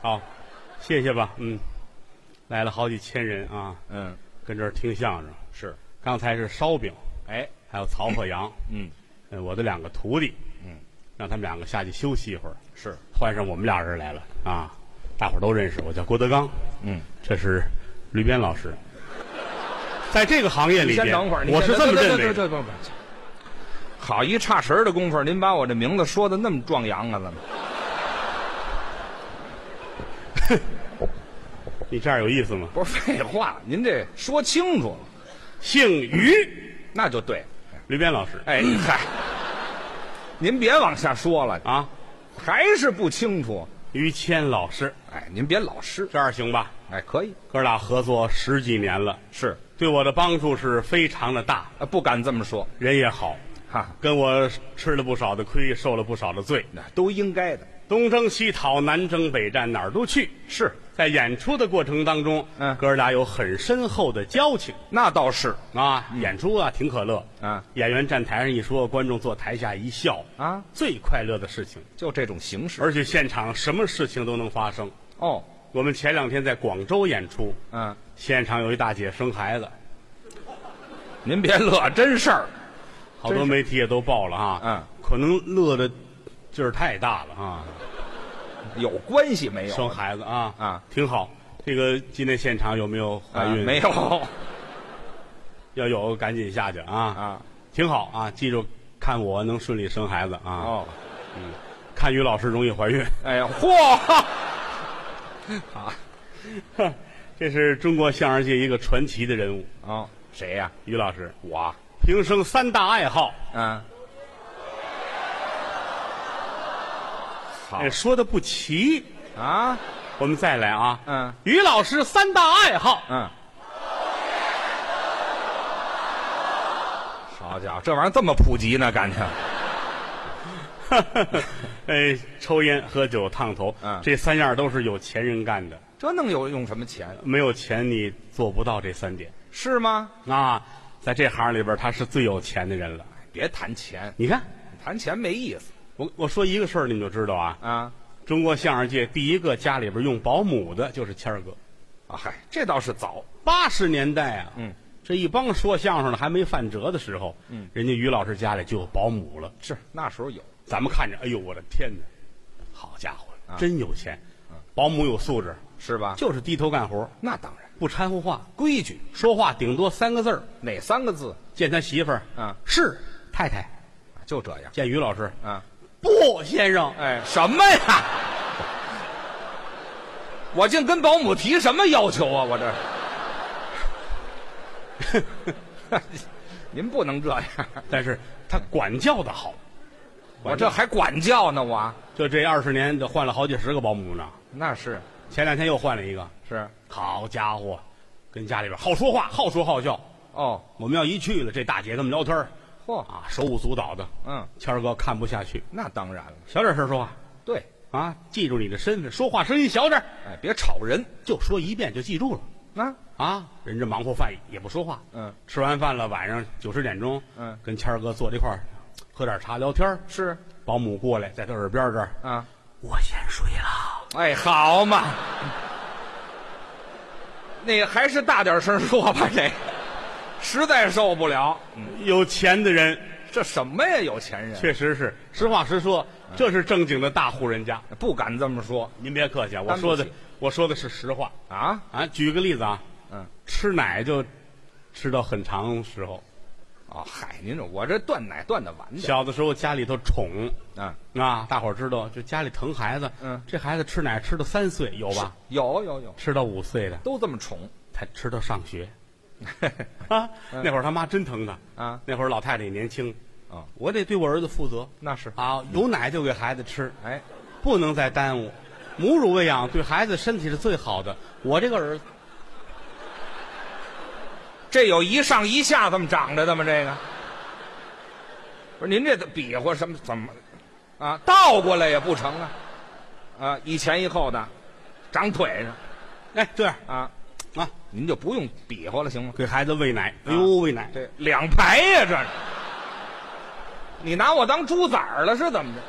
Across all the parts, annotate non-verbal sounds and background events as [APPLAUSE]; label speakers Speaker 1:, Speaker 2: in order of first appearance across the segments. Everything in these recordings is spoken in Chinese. Speaker 1: 好，谢谢吧。嗯，来了好几千人啊，
Speaker 2: 嗯，
Speaker 1: 跟这儿听相声。
Speaker 2: 是，
Speaker 1: 刚才是烧饼，
Speaker 2: 哎，
Speaker 1: 还有曹鹤阳，
Speaker 2: 嗯，
Speaker 1: 呃我的两个徒弟，
Speaker 2: 嗯，
Speaker 1: 让他们两个下去休息一会儿，
Speaker 2: 是，
Speaker 1: 换上我们俩人来了啊。大伙儿都认识，我叫郭德纲，
Speaker 2: 嗯，
Speaker 1: 这是吕鞭老师。在这个行业里
Speaker 2: 先
Speaker 1: 边
Speaker 2: 等会儿，，你
Speaker 1: 我
Speaker 2: 先
Speaker 1: 是这么认为的。
Speaker 2: 对对对对对对好一差神儿的功夫，您把我这名字说的那么壮阳啊，怎么？
Speaker 1: 你这样有意思吗？
Speaker 2: 不是废话，您这说清楚了，
Speaker 1: 姓于，
Speaker 2: 那就对。
Speaker 1: 吕鞭老师
Speaker 2: 哎嗨，您别往下说了，
Speaker 1: 啊，
Speaker 2: 还是不清楚。
Speaker 1: 于谦老师，
Speaker 2: 哎，您别老师，
Speaker 1: 这样行吧？
Speaker 2: 哎，可以
Speaker 1: 哥俩合作十几年了，
Speaker 2: 是
Speaker 1: 对我的帮助是非常的大，
Speaker 2: 啊，不敢这么说，
Speaker 1: 人也好，
Speaker 2: 哈，
Speaker 1: 跟我吃了不少的亏，受了不少的罪，
Speaker 2: 那都应该的。
Speaker 1: 东征西讨，南征北战，哪儿都去。
Speaker 2: 是，
Speaker 1: 在演出的过程当中，
Speaker 2: 嗯
Speaker 1: 哥俩有很深厚的交情
Speaker 2: 那倒是
Speaker 1: 啊。
Speaker 2: 嗯
Speaker 1: 演出啊，挺可乐
Speaker 2: 啊
Speaker 1: 演员站台上一说，观众坐台下一笑，
Speaker 2: 啊，
Speaker 1: 最快乐的事情。
Speaker 2: 就这种形式。
Speaker 1: 而且现场什么事情都能发生。
Speaker 2: 哦，
Speaker 1: 我们前两天在广州演出，
Speaker 2: 嗯，
Speaker 1: 现场有一大姐生孩子，
Speaker 2: 您别 [LAUGHS] 乐，真事儿。
Speaker 1: 好多
Speaker 2: 真是
Speaker 1: 媒体也都报了啊。
Speaker 2: 嗯，
Speaker 1: 可能乐的劲儿太大了啊，
Speaker 2: 有关系没有？
Speaker 1: 生孩子啊
Speaker 2: 啊，
Speaker 1: 挺好。这个今天现场有没有怀
Speaker 2: 啊
Speaker 1: 孕？
Speaker 2: 没，有
Speaker 1: 要有赶紧下去啊，
Speaker 2: 啊？
Speaker 1: 挺好啊。记住，看我能顺利生孩子啊，
Speaker 2: 哦，
Speaker 1: 看于老师容易怀
Speaker 2: [LAUGHS]
Speaker 1: 孕。
Speaker 2: 哎呀，嚯！
Speaker 1: 这是中国相声界一个传奇的人物，
Speaker 2: 哦，谁呀、
Speaker 1: 于老师
Speaker 2: 我啊
Speaker 1: 平生三大爱好，
Speaker 2: 嗯，好
Speaker 1: 哎，说的不齐。
Speaker 2: 啊，
Speaker 1: 我们再来啊，
Speaker 2: 嗯
Speaker 1: 于老师三大爱好，
Speaker 2: [LAUGHS] 嗯，好家伙，这玩意儿这么普及呢，感情
Speaker 1: 哎，抽烟、喝酒、烫头，
Speaker 2: 嗯
Speaker 1: 这三样都是有钱人干的，
Speaker 2: 这能有用什么钱
Speaker 1: 没有钱你做不到这三点
Speaker 2: 是吗？
Speaker 1: 啊。在这行里边，他是最有钱的人了。
Speaker 2: 别谈钱，
Speaker 1: 你看，
Speaker 2: 谈钱没意思
Speaker 1: 我我说一个事儿，你们就知道啊。
Speaker 2: 啊
Speaker 1: 中国相声界第一个家里边用保姆的就是谦儿哥。
Speaker 2: 啊！嗨，这倒是早，
Speaker 1: 八十年代啊，
Speaker 2: 嗯，
Speaker 1: 这一帮说相声的还没犯辙的时候，嗯，人家于老师家里就有保姆了。
Speaker 2: 是那时候有
Speaker 1: 咱们看着，哎呦，我的天哪，好家伙，
Speaker 2: 啊
Speaker 1: 真有钱，保姆有素质，
Speaker 2: 是吧？
Speaker 1: 就是低头干活，
Speaker 2: 那当然，
Speaker 1: 不掺和话，
Speaker 2: 规矩
Speaker 1: 说话顶多三个字儿。
Speaker 2: 哪三个字
Speaker 1: 见他媳妇儿，
Speaker 2: 啊
Speaker 1: 是太太；
Speaker 2: 就这样
Speaker 1: 见于老师，
Speaker 2: 啊。
Speaker 1: 不，先生，
Speaker 2: 哎，什么呀？我竟跟保姆提什么要求啊？我这， [LAUGHS] 您不能这样，
Speaker 1: 但是他管教的好，
Speaker 2: 我这还管教呢，我
Speaker 1: 就这二十年，就换了好几十个保姆呢。
Speaker 2: 那是
Speaker 1: 前两天又换了一个，
Speaker 2: 是
Speaker 1: 好家伙，跟家里边好说话，好说好笑。
Speaker 2: 哦，
Speaker 1: 我们要一去了，这大姐跟我们聊天儿
Speaker 2: 嚯，
Speaker 1: 啊，手舞足蹈的。
Speaker 2: 嗯，
Speaker 1: 谦儿哥看不下去，
Speaker 2: 那当然了，
Speaker 1: 小点声说话
Speaker 2: 对，
Speaker 1: 啊，记住你的身份，说话声音小点儿，
Speaker 2: 哎，别吵人，
Speaker 1: 就说一遍就记住了
Speaker 2: 那、
Speaker 1: 啊。人这忙活饭也不说话，
Speaker 2: 嗯，
Speaker 1: 吃完饭了，晚上九十点钟，
Speaker 2: 嗯
Speaker 1: 跟谦儿哥坐这块儿，喝点茶聊天儿
Speaker 2: 是
Speaker 1: 保姆过来，在他耳边这儿，
Speaker 2: 啊，
Speaker 1: 我先睡了。
Speaker 2: 哎，好嘛， [LAUGHS] 那还是大点声说吧，这实在受不了，
Speaker 1: 有钱的人
Speaker 2: 这什么呀？有钱人
Speaker 1: 确实是实话实说，
Speaker 2: 嗯
Speaker 1: 这是正经的大户人家。
Speaker 2: 不敢这么说
Speaker 1: 您别客气啊，我
Speaker 2: 担不
Speaker 1: 说的
Speaker 2: 起
Speaker 1: 我说的是实话
Speaker 2: 啊。
Speaker 1: 啊。举个例子啊，
Speaker 2: 嗯，
Speaker 1: 吃奶就吃到很长时候，
Speaker 2: 哦，嗨，您这我这断奶断的晚点
Speaker 1: 小的时候家里头宠
Speaker 2: 啊，
Speaker 1: 啊，大伙儿知道，就家里疼孩子，
Speaker 2: 嗯
Speaker 1: 这孩子吃奶吃到三岁有吧？
Speaker 2: 有有有，
Speaker 1: 吃到五岁的
Speaker 2: 都这么宠 [LAUGHS]
Speaker 1: 才吃到上学。
Speaker 2: 嗯
Speaker 1: 啊，那会儿他妈真疼他。
Speaker 2: 啊，
Speaker 1: 那会儿老太太也年轻，
Speaker 2: 啊，
Speaker 1: 我得对我儿子负责
Speaker 2: 那是，
Speaker 1: 啊，有奶就给孩子吃，
Speaker 2: 哎，
Speaker 1: 不能再耽误。母乳喂养对孩子身体是最好的。我这个儿子，
Speaker 2: 这有一上一下这么长着的吗？这个不是您这比划什么怎么啊？倒过来也不成啊，啊，一前一后的，长腿上
Speaker 1: 哎，这样
Speaker 2: 啊，
Speaker 1: 啊，
Speaker 2: 您就不用比划了，行吗？
Speaker 1: 给孩子喂奶，
Speaker 2: 啊
Speaker 1: 哎呦，喂奶，
Speaker 2: 这两排呀、这是，你拿我当猪崽儿了是怎么着？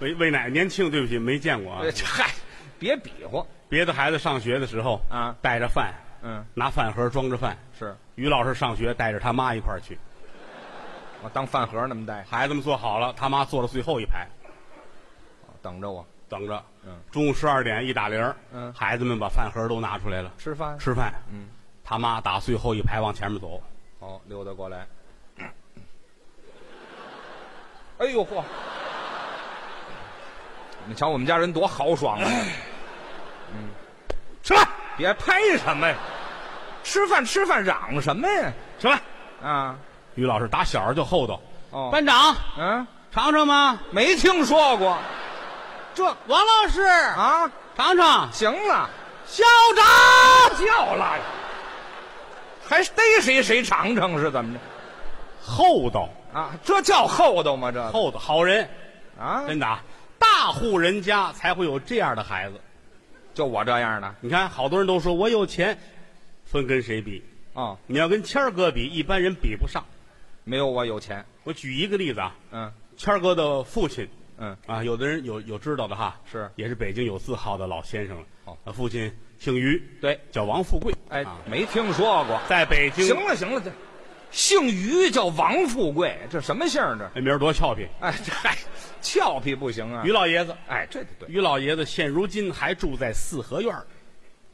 Speaker 1: 喂喂奶，年轻，对不起，没见过啊
Speaker 2: 哎。嗨，别比划
Speaker 1: 别的孩子上学的时候，
Speaker 2: 啊，
Speaker 1: 带着饭，
Speaker 2: 嗯，
Speaker 1: 拿饭盒装着饭。
Speaker 2: 是
Speaker 1: 于老师上学带着他妈一块儿去，
Speaker 2: 我当饭盒那么带，
Speaker 1: 孩子们坐好了，他妈坐到最后一排
Speaker 2: 哦等着我
Speaker 1: 等着。
Speaker 2: 嗯，
Speaker 1: 中午十二点一打铃，
Speaker 2: 嗯
Speaker 1: 孩子们把饭盒都拿出来了，
Speaker 2: 吃饭。
Speaker 1: 吃饭。
Speaker 2: 嗯，
Speaker 1: 他妈打最后一排往前面走，
Speaker 2: 哦，溜达过来。哎呦嚯！你瞧我们家人多豪爽啊！
Speaker 1: 吃饭，
Speaker 2: 别拍什么呀，吃饭吃饭嚷什么呀？
Speaker 1: 吃饭。
Speaker 2: 啊，
Speaker 1: 于老师打小就厚道，
Speaker 2: 哦，
Speaker 1: 班长
Speaker 2: 嗯、
Speaker 1: 尝尝吗？
Speaker 2: 没听说过，这
Speaker 1: 王老师
Speaker 2: 啊，
Speaker 1: 尝尝。
Speaker 2: 行了，
Speaker 1: 校长，
Speaker 2: 叫了，还逮谁谁尝尝是怎么着？
Speaker 1: 厚道，
Speaker 2: 啊，这叫厚道吗？这个
Speaker 1: 厚道，好人，
Speaker 2: 啊，
Speaker 1: 真的啊！大户人家才会有这样的孩子。
Speaker 2: 就我这样的
Speaker 1: 你看，好多人都说我有钱，分跟谁比？
Speaker 2: 哦，
Speaker 1: 你要跟谦儿哥比，一般人比不上。
Speaker 2: 没有我有钱。
Speaker 1: 我举一个例子啊，
Speaker 2: 嗯
Speaker 1: 谦儿哥的父亲
Speaker 2: 嗯，
Speaker 1: 啊，有的人有有知道的哈，
Speaker 2: 是
Speaker 1: 也是北京有字号的老先生了。
Speaker 2: 哦
Speaker 1: 啊父亲姓于，
Speaker 2: 对，
Speaker 1: 叫王富贵。
Speaker 2: 哎
Speaker 1: 啊，
Speaker 2: 没听说过。
Speaker 1: 在北京，
Speaker 2: 行了行了，这姓于叫王富贵，这什么姓儿这？
Speaker 1: 那名儿多俏皮。
Speaker 2: 哎，这还俏皮不行啊
Speaker 1: 于！老爷子，
Speaker 2: 哎，这对，
Speaker 1: 于老爷子现如今还住在四合院儿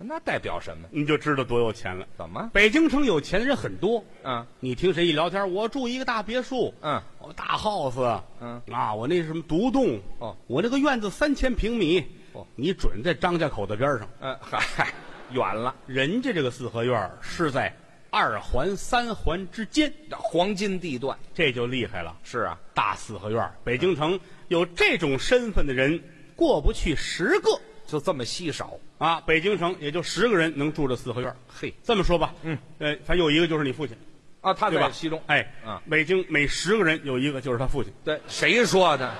Speaker 2: 那代表什么？
Speaker 1: 你就知道多有钱了。
Speaker 2: 怎么？
Speaker 1: 北京城有钱的人很多，
Speaker 2: 嗯
Speaker 1: 你听谁一聊天，我住一个大别墅，
Speaker 2: 嗯，
Speaker 1: 我大 house，
Speaker 2: 嗯
Speaker 1: 啊，我那什么独栋，
Speaker 2: 哦，
Speaker 1: 我那个院子三千平米，
Speaker 2: 哦
Speaker 1: 你准在张家口的边上。
Speaker 2: 呃，嗨， [LAUGHS] 远了，
Speaker 1: 人家这个四合院儿是在二环、三环之间，
Speaker 2: 这黄金地段
Speaker 1: 这就厉害了。
Speaker 2: 是啊，
Speaker 1: 大四合院儿，北京城有这种身份的人过不去十个
Speaker 2: 就这么稀少。
Speaker 1: 啊，北京城也就十个人能住这四合院儿。
Speaker 2: 嘿，
Speaker 1: 这么说吧，
Speaker 2: 嗯，
Speaker 1: 呃，反正有一个就是你父亲，
Speaker 2: 啊，他
Speaker 1: 对吧？
Speaker 2: 在其中。
Speaker 1: 哎，
Speaker 2: 嗯
Speaker 1: 北京每十个人有一个就是他父亲，
Speaker 2: 对，谁说的？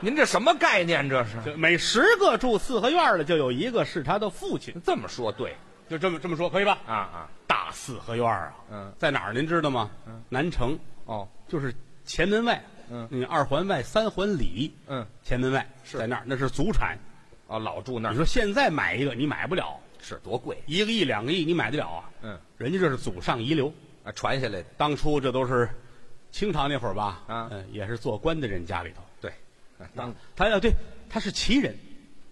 Speaker 2: 您这什么概念？这是
Speaker 1: 就每十个住四合院儿的就有一个是他的父亲，
Speaker 2: 这么说对
Speaker 1: 就这么这么说可以吧？
Speaker 2: 啊啊？
Speaker 1: 大四合院儿啊，
Speaker 2: 嗯，
Speaker 1: 在哪儿您知道吗？嗯，南城
Speaker 2: 哦，
Speaker 1: 就是前门外，
Speaker 2: 嗯
Speaker 1: 那个二环外、三环里，
Speaker 2: 嗯，
Speaker 1: 前门外
Speaker 2: 是
Speaker 1: 在那儿，那是祖产。
Speaker 2: 哦，老住那
Speaker 1: 你
Speaker 2: 儿
Speaker 1: 说现在买一个你买不了，
Speaker 2: 是多贵？
Speaker 1: 一个亿、两个亿你买得了啊？
Speaker 2: 嗯，
Speaker 1: 人家这是祖上遗留，
Speaker 2: 啊，传下来的。
Speaker 1: 当初这都是清朝那会儿吧？
Speaker 2: 啊
Speaker 1: 嗯，也是做官的人家里头。
Speaker 2: 对，啊当
Speaker 1: 他要对，他是旗人，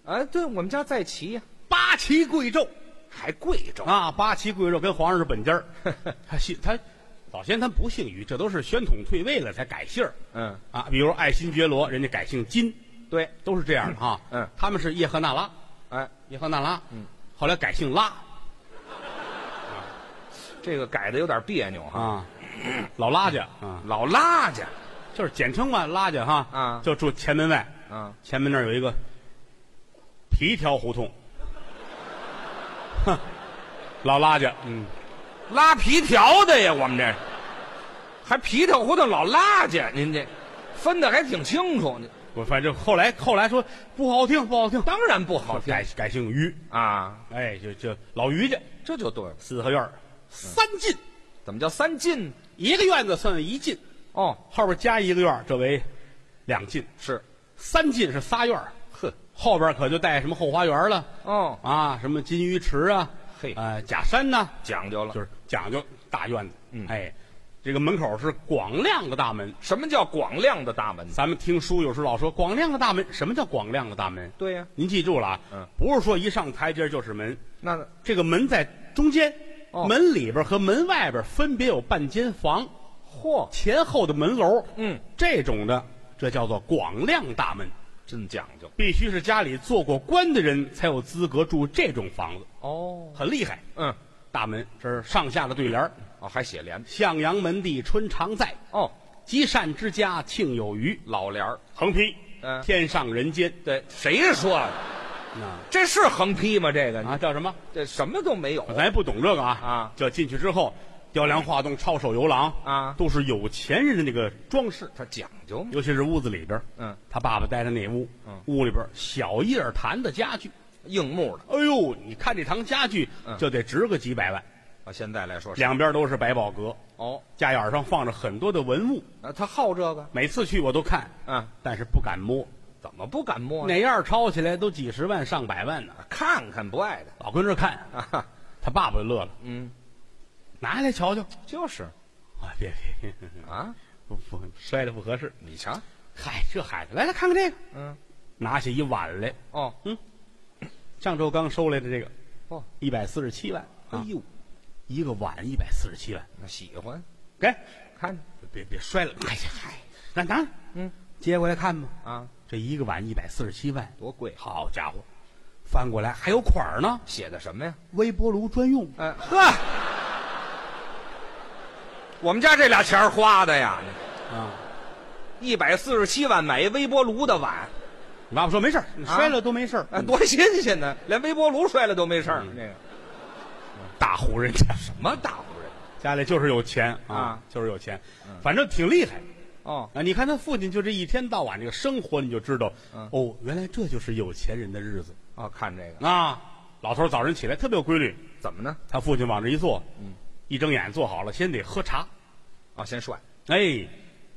Speaker 2: 啊，对我们家在齐呀，
Speaker 1: 八旗贵胄
Speaker 2: 还贵着。
Speaker 1: 啊，八旗贵胄跟皇上是本家
Speaker 2: [LAUGHS]
Speaker 1: 儿。他姓他，早先他不姓于，这都是宣统退位了才改姓儿
Speaker 2: 嗯，
Speaker 1: 啊。比如爱新觉罗，人家改姓金，
Speaker 2: 对，
Speaker 1: 都是这样的哈。
Speaker 2: 嗯，
Speaker 1: 他们是叶赫那拉，
Speaker 2: 哎，
Speaker 1: 叶赫那拉，嗯，后来改姓拉
Speaker 2: 这个改的有点别扭哈， [LAUGHS]
Speaker 1: 啊，老拉家啊，
Speaker 2: 老拉家
Speaker 1: 就是简称嘛，拉家哈
Speaker 2: 啊
Speaker 1: 就住前门外，
Speaker 2: 啊，
Speaker 1: 前门那儿有一个皮条胡同，哼，老拉家，嗯，
Speaker 2: 拉皮条的呀，我们这还皮条胡同老拉家，您这分的还挺清楚。您
Speaker 1: 我反正后来后来说不好听，不好听，
Speaker 2: 当然不好听
Speaker 1: 改改姓于，
Speaker 2: 啊，
Speaker 1: 哎，就就老于家
Speaker 2: 这就对了。
Speaker 1: 四合院
Speaker 2: 嗯
Speaker 1: 儿三进，
Speaker 2: 怎么叫三进？
Speaker 1: 一个院子算一进，
Speaker 2: 哦，
Speaker 1: 后边加一个院儿，这为两进，
Speaker 2: 是，
Speaker 1: 三进是仨院儿
Speaker 2: 呵，
Speaker 1: 后边可就带什么后花园了
Speaker 2: 哦，
Speaker 1: 啊，什么金鱼池啊，
Speaker 2: 嘿
Speaker 1: 呃，假山呐、
Speaker 2: 讲究了。
Speaker 1: 就是讲究大院子。
Speaker 2: 嗯
Speaker 1: 哎，这个门口是广亮的大门。
Speaker 2: 什么叫广亮的大门？
Speaker 1: 咱们听书有时候老说广亮的大门，什么叫广亮的大门？
Speaker 2: 对呀、
Speaker 1: 您记住了啊，
Speaker 2: 嗯
Speaker 1: 不是说一上台阶就是门，
Speaker 2: 那
Speaker 1: 这个门在中间，
Speaker 2: 哦
Speaker 1: 门里边和门外边分别有半间房，
Speaker 2: 嚯，
Speaker 1: 前后的门楼，
Speaker 2: 嗯，
Speaker 1: 这种的，这叫做广亮大门，
Speaker 2: 真讲究
Speaker 1: 必须是家里做过官的人才有资格住这种房子，
Speaker 2: 哦。
Speaker 1: 很厉害。
Speaker 2: 嗯，
Speaker 1: 大门这是上下的对联儿
Speaker 2: 哦，还写联
Speaker 1: 向阳门第春常在，
Speaker 2: 哦，
Speaker 1: 积善之家庆有余。
Speaker 2: 老联儿。
Speaker 1: 横批，
Speaker 2: 嗯
Speaker 1: 天上人间
Speaker 2: 对，谁说的？
Speaker 1: 啊
Speaker 2: 这是横批吗？这个
Speaker 1: 啊，叫什么？
Speaker 2: 这什么都没有。
Speaker 1: 咱也不懂这个啊
Speaker 2: 嗯啊
Speaker 1: 这进去之后，雕梁画栋、抄手游廊
Speaker 2: 啊
Speaker 1: 都是有钱人的那个装饰，
Speaker 2: 他讲究嘛。
Speaker 1: 尤其是屋子里边，
Speaker 2: 嗯，
Speaker 1: 他爸爸待的那屋，
Speaker 2: 嗯
Speaker 1: 屋里边小叶儿檀的家具，
Speaker 2: 硬木的
Speaker 1: 哎呦，你看这堂家具
Speaker 2: 嗯
Speaker 1: 就得值个几百万，
Speaker 2: 啊，现在来说是
Speaker 1: 两边都是百宝阁，
Speaker 2: 哦，
Speaker 1: 架眼上放着很多的文物，
Speaker 2: 啊，他好这个，
Speaker 1: 每次去我都看，
Speaker 2: 啊，
Speaker 1: 但是不敢摸，
Speaker 2: 怎么不敢摸呢？
Speaker 1: 哪样抄起来都几十万上百万呢，
Speaker 2: 看看不爱的
Speaker 1: 老跟这看，
Speaker 2: 啊哈，
Speaker 1: 他爸爸就乐了，
Speaker 2: 嗯，
Speaker 1: 拿下来瞧瞧。
Speaker 2: 就是
Speaker 1: 啊，别别别， [LAUGHS]
Speaker 2: 啊，
Speaker 1: 不不摔了不合适。
Speaker 2: 你瞧，
Speaker 1: 嗨，这孩子，来来看看这个，
Speaker 2: 嗯，
Speaker 1: 拿起一碗来，
Speaker 2: 哦，
Speaker 1: 上周刚收来的这个，
Speaker 2: 哦，
Speaker 1: 一百四十七万，啊
Speaker 2: 哎
Speaker 1: 呦，一个碗一百四十七万，
Speaker 2: 那喜欢，
Speaker 1: 给，
Speaker 2: 看着
Speaker 1: 别别摔了，哎呀嗨，那拿，
Speaker 2: 嗯，
Speaker 1: 接过来看吧，
Speaker 2: 啊，
Speaker 1: 这一个碗一百四十七万，
Speaker 2: 多贵，
Speaker 1: 好家伙，翻过来还有款儿呢，
Speaker 2: 写的什么呀？
Speaker 1: 微波炉专用，
Speaker 2: 哎呵， [LAUGHS] 我们家这俩钱儿花的呀，
Speaker 1: 啊，
Speaker 2: 一百四十七万买一微波炉的碗，
Speaker 1: 你爸爸说没事儿，你
Speaker 2: 啊
Speaker 1: 摔了都没事儿，
Speaker 2: 哎， [LAUGHS] 多新鲜呢！连微波炉摔了都没事儿。那个
Speaker 1: 大户人家，
Speaker 2: 嗯什么大户人
Speaker 1: 家里就是有钱
Speaker 2: 啊
Speaker 1: 就是有钱，反正挺厉害。
Speaker 2: 哦，
Speaker 1: 啊，你看他父亲就这一天到晚这个生活，你就知道，
Speaker 2: 嗯
Speaker 1: 哦，原来这就是有钱人的日子
Speaker 2: 哦，看这个
Speaker 1: 啊。老头儿早晨起来特别有规律，
Speaker 2: 怎么呢？
Speaker 1: 他父亲往这一坐，
Speaker 2: 嗯，
Speaker 1: 一睁眼坐好了，先得喝茶，
Speaker 2: 哦，先涮，
Speaker 1: 哎，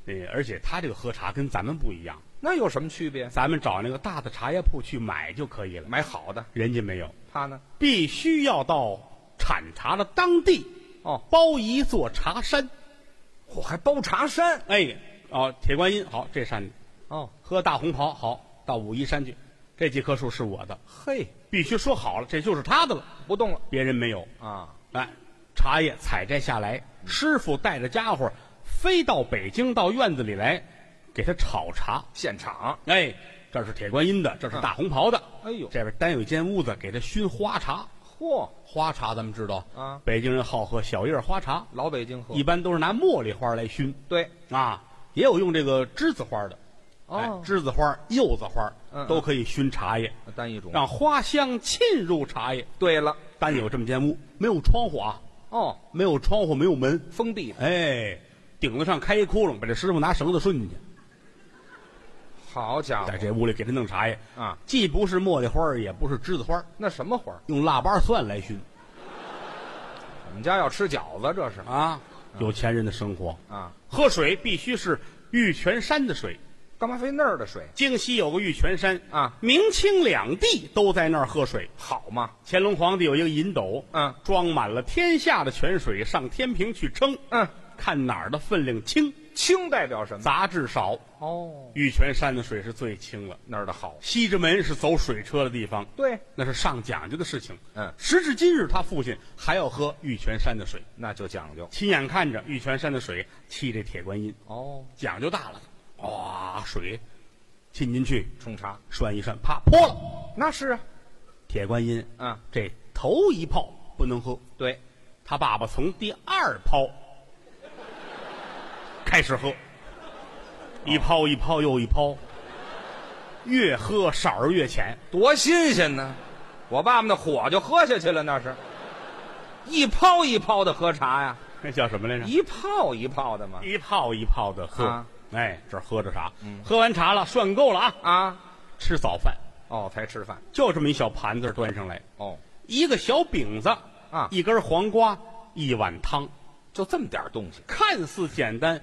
Speaker 1: 对，而且他这个喝茶跟咱们不一样，
Speaker 2: 那有什么区别？
Speaker 1: 咱们找那个大的茶叶铺去买就可以了，
Speaker 2: 买好的，
Speaker 1: 人家没有，
Speaker 2: 他呢？
Speaker 1: 必须要到产茶的当地
Speaker 2: 哦，
Speaker 1: 包一座茶山，
Speaker 2: 我还包茶山
Speaker 1: 哎，哦，铁观音好，这山
Speaker 2: 哦，
Speaker 1: 喝大红袍好，到武夷山去，这几棵树是我的。
Speaker 2: 嘿，
Speaker 1: 必须说好了，这就是他的了，
Speaker 2: 不动了
Speaker 1: 别人没有。
Speaker 2: 啊！
Speaker 1: 哎，茶叶采摘下来，师傅带着家伙飞到北京，到院子里来给他炒茶。
Speaker 2: 现场，
Speaker 1: 哎，这是铁观音的，这是大红袍的。
Speaker 2: 哎呦，
Speaker 1: 这边单有一间屋子给他熏花茶，
Speaker 2: 嚯，
Speaker 1: 花茶咱们知道
Speaker 2: 啊
Speaker 1: 北京人好喝小叶花茶，
Speaker 2: 老北京喝
Speaker 1: 一般都是拿茉莉花来熏
Speaker 2: 对，
Speaker 1: 啊，也有用这个栀子花的。哎
Speaker 2: 哦，
Speaker 1: 栀子花、柚子花
Speaker 2: 嗯嗯
Speaker 1: 都可以熏茶叶，
Speaker 2: 单一种。
Speaker 1: 让花香沁入茶叶。
Speaker 2: 对了，
Speaker 1: 单有这么间屋，没有窗户啊，
Speaker 2: 哦，
Speaker 1: 没有窗户，没有门，
Speaker 2: 封闭的，
Speaker 1: 哎，顶子上开一窟窿，把这师傅拿绳子顺进去，
Speaker 2: 好家
Speaker 1: 在
Speaker 2: 伙
Speaker 1: 这屋里给他弄茶叶，
Speaker 2: 啊！
Speaker 1: 既不是茉莉花儿，也不是栀子花儿，
Speaker 2: 那什么花儿？
Speaker 1: 用腊八蒜来熏
Speaker 2: 我们家要吃饺子，这是
Speaker 1: 啊，有钱人的生活。
Speaker 2: 啊？
Speaker 1: 喝水必须是玉泉山的水，
Speaker 2: 干嘛非那儿的水？
Speaker 1: 京西有个玉泉山
Speaker 2: 啊，
Speaker 1: 明清两帝都在那儿喝水。
Speaker 2: 好嘛？
Speaker 1: 乾隆皇帝有一个银斗，
Speaker 2: 嗯
Speaker 1: 装满了天下的泉水，上天平去称，
Speaker 2: 嗯，
Speaker 1: 看哪儿的分量轻，
Speaker 2: 清代表什么？
Speaker 1: 杂质少。
Speaker 2: 哦，
Speaker 1: 玉泉山的水是最清了。
Speaker 2: 那儿的好。
Speaker 1: 西直门是走水车的地方，
Speaker 2: 对，
Speaker 1: 那是上讲究的事情。
Speaker 2: 嗯
Speaker 1: 时至今日，他父亲还要喝玉泉山的水，
Speaker 2: 那就讲究。
Speaker 1: 亲眼看着玉泉山的水沏这铁观音，
Speaker 2: 哦，
Speaker 1: 讲究大了。哇，水浸进去，
Speaker 2: 冲茶
Speaker 1: 涮一涮，啪泼了。
Speaker 2: 那是啊，
Speaker 1: 铁观音，
Speaker 2: 嗯，
Speaker 1: 这头一泡不能喝，
Speaker 2: 对，
Speaker 1: 他爸爸从第二泡开始喝，一泡一泡又一泡，越喝色儿越浅。
Speaker 2: 多新鲜呢！我爸爸那火就喝下去了，那是，一泡一泡的喝茶呀，
Speaker 1: 那叫什么来着？
Speaker 2: 一泡一泡的嘛。
Speaker 1: 一泡一泡的喝。
Speaker 2: 啊嗯
Speaker 1: 哎，这儿喝着茶，喝完茶了，涮够了啊，
Speaker 2: 啊，
Speaker 1: 吃早饭，
Speaker 2: 哦，才吃饭。
Speaker 1: 就这么一小盘子端上来，
Speaker 2: 哦，
Speaker 1: 一个小饼子
Speaker 2: 啊
Speaker 1: 一根黄瓜，一碗汤，
Speaker 2: 就这么点儿东西，
Speaker 1: 看似简单，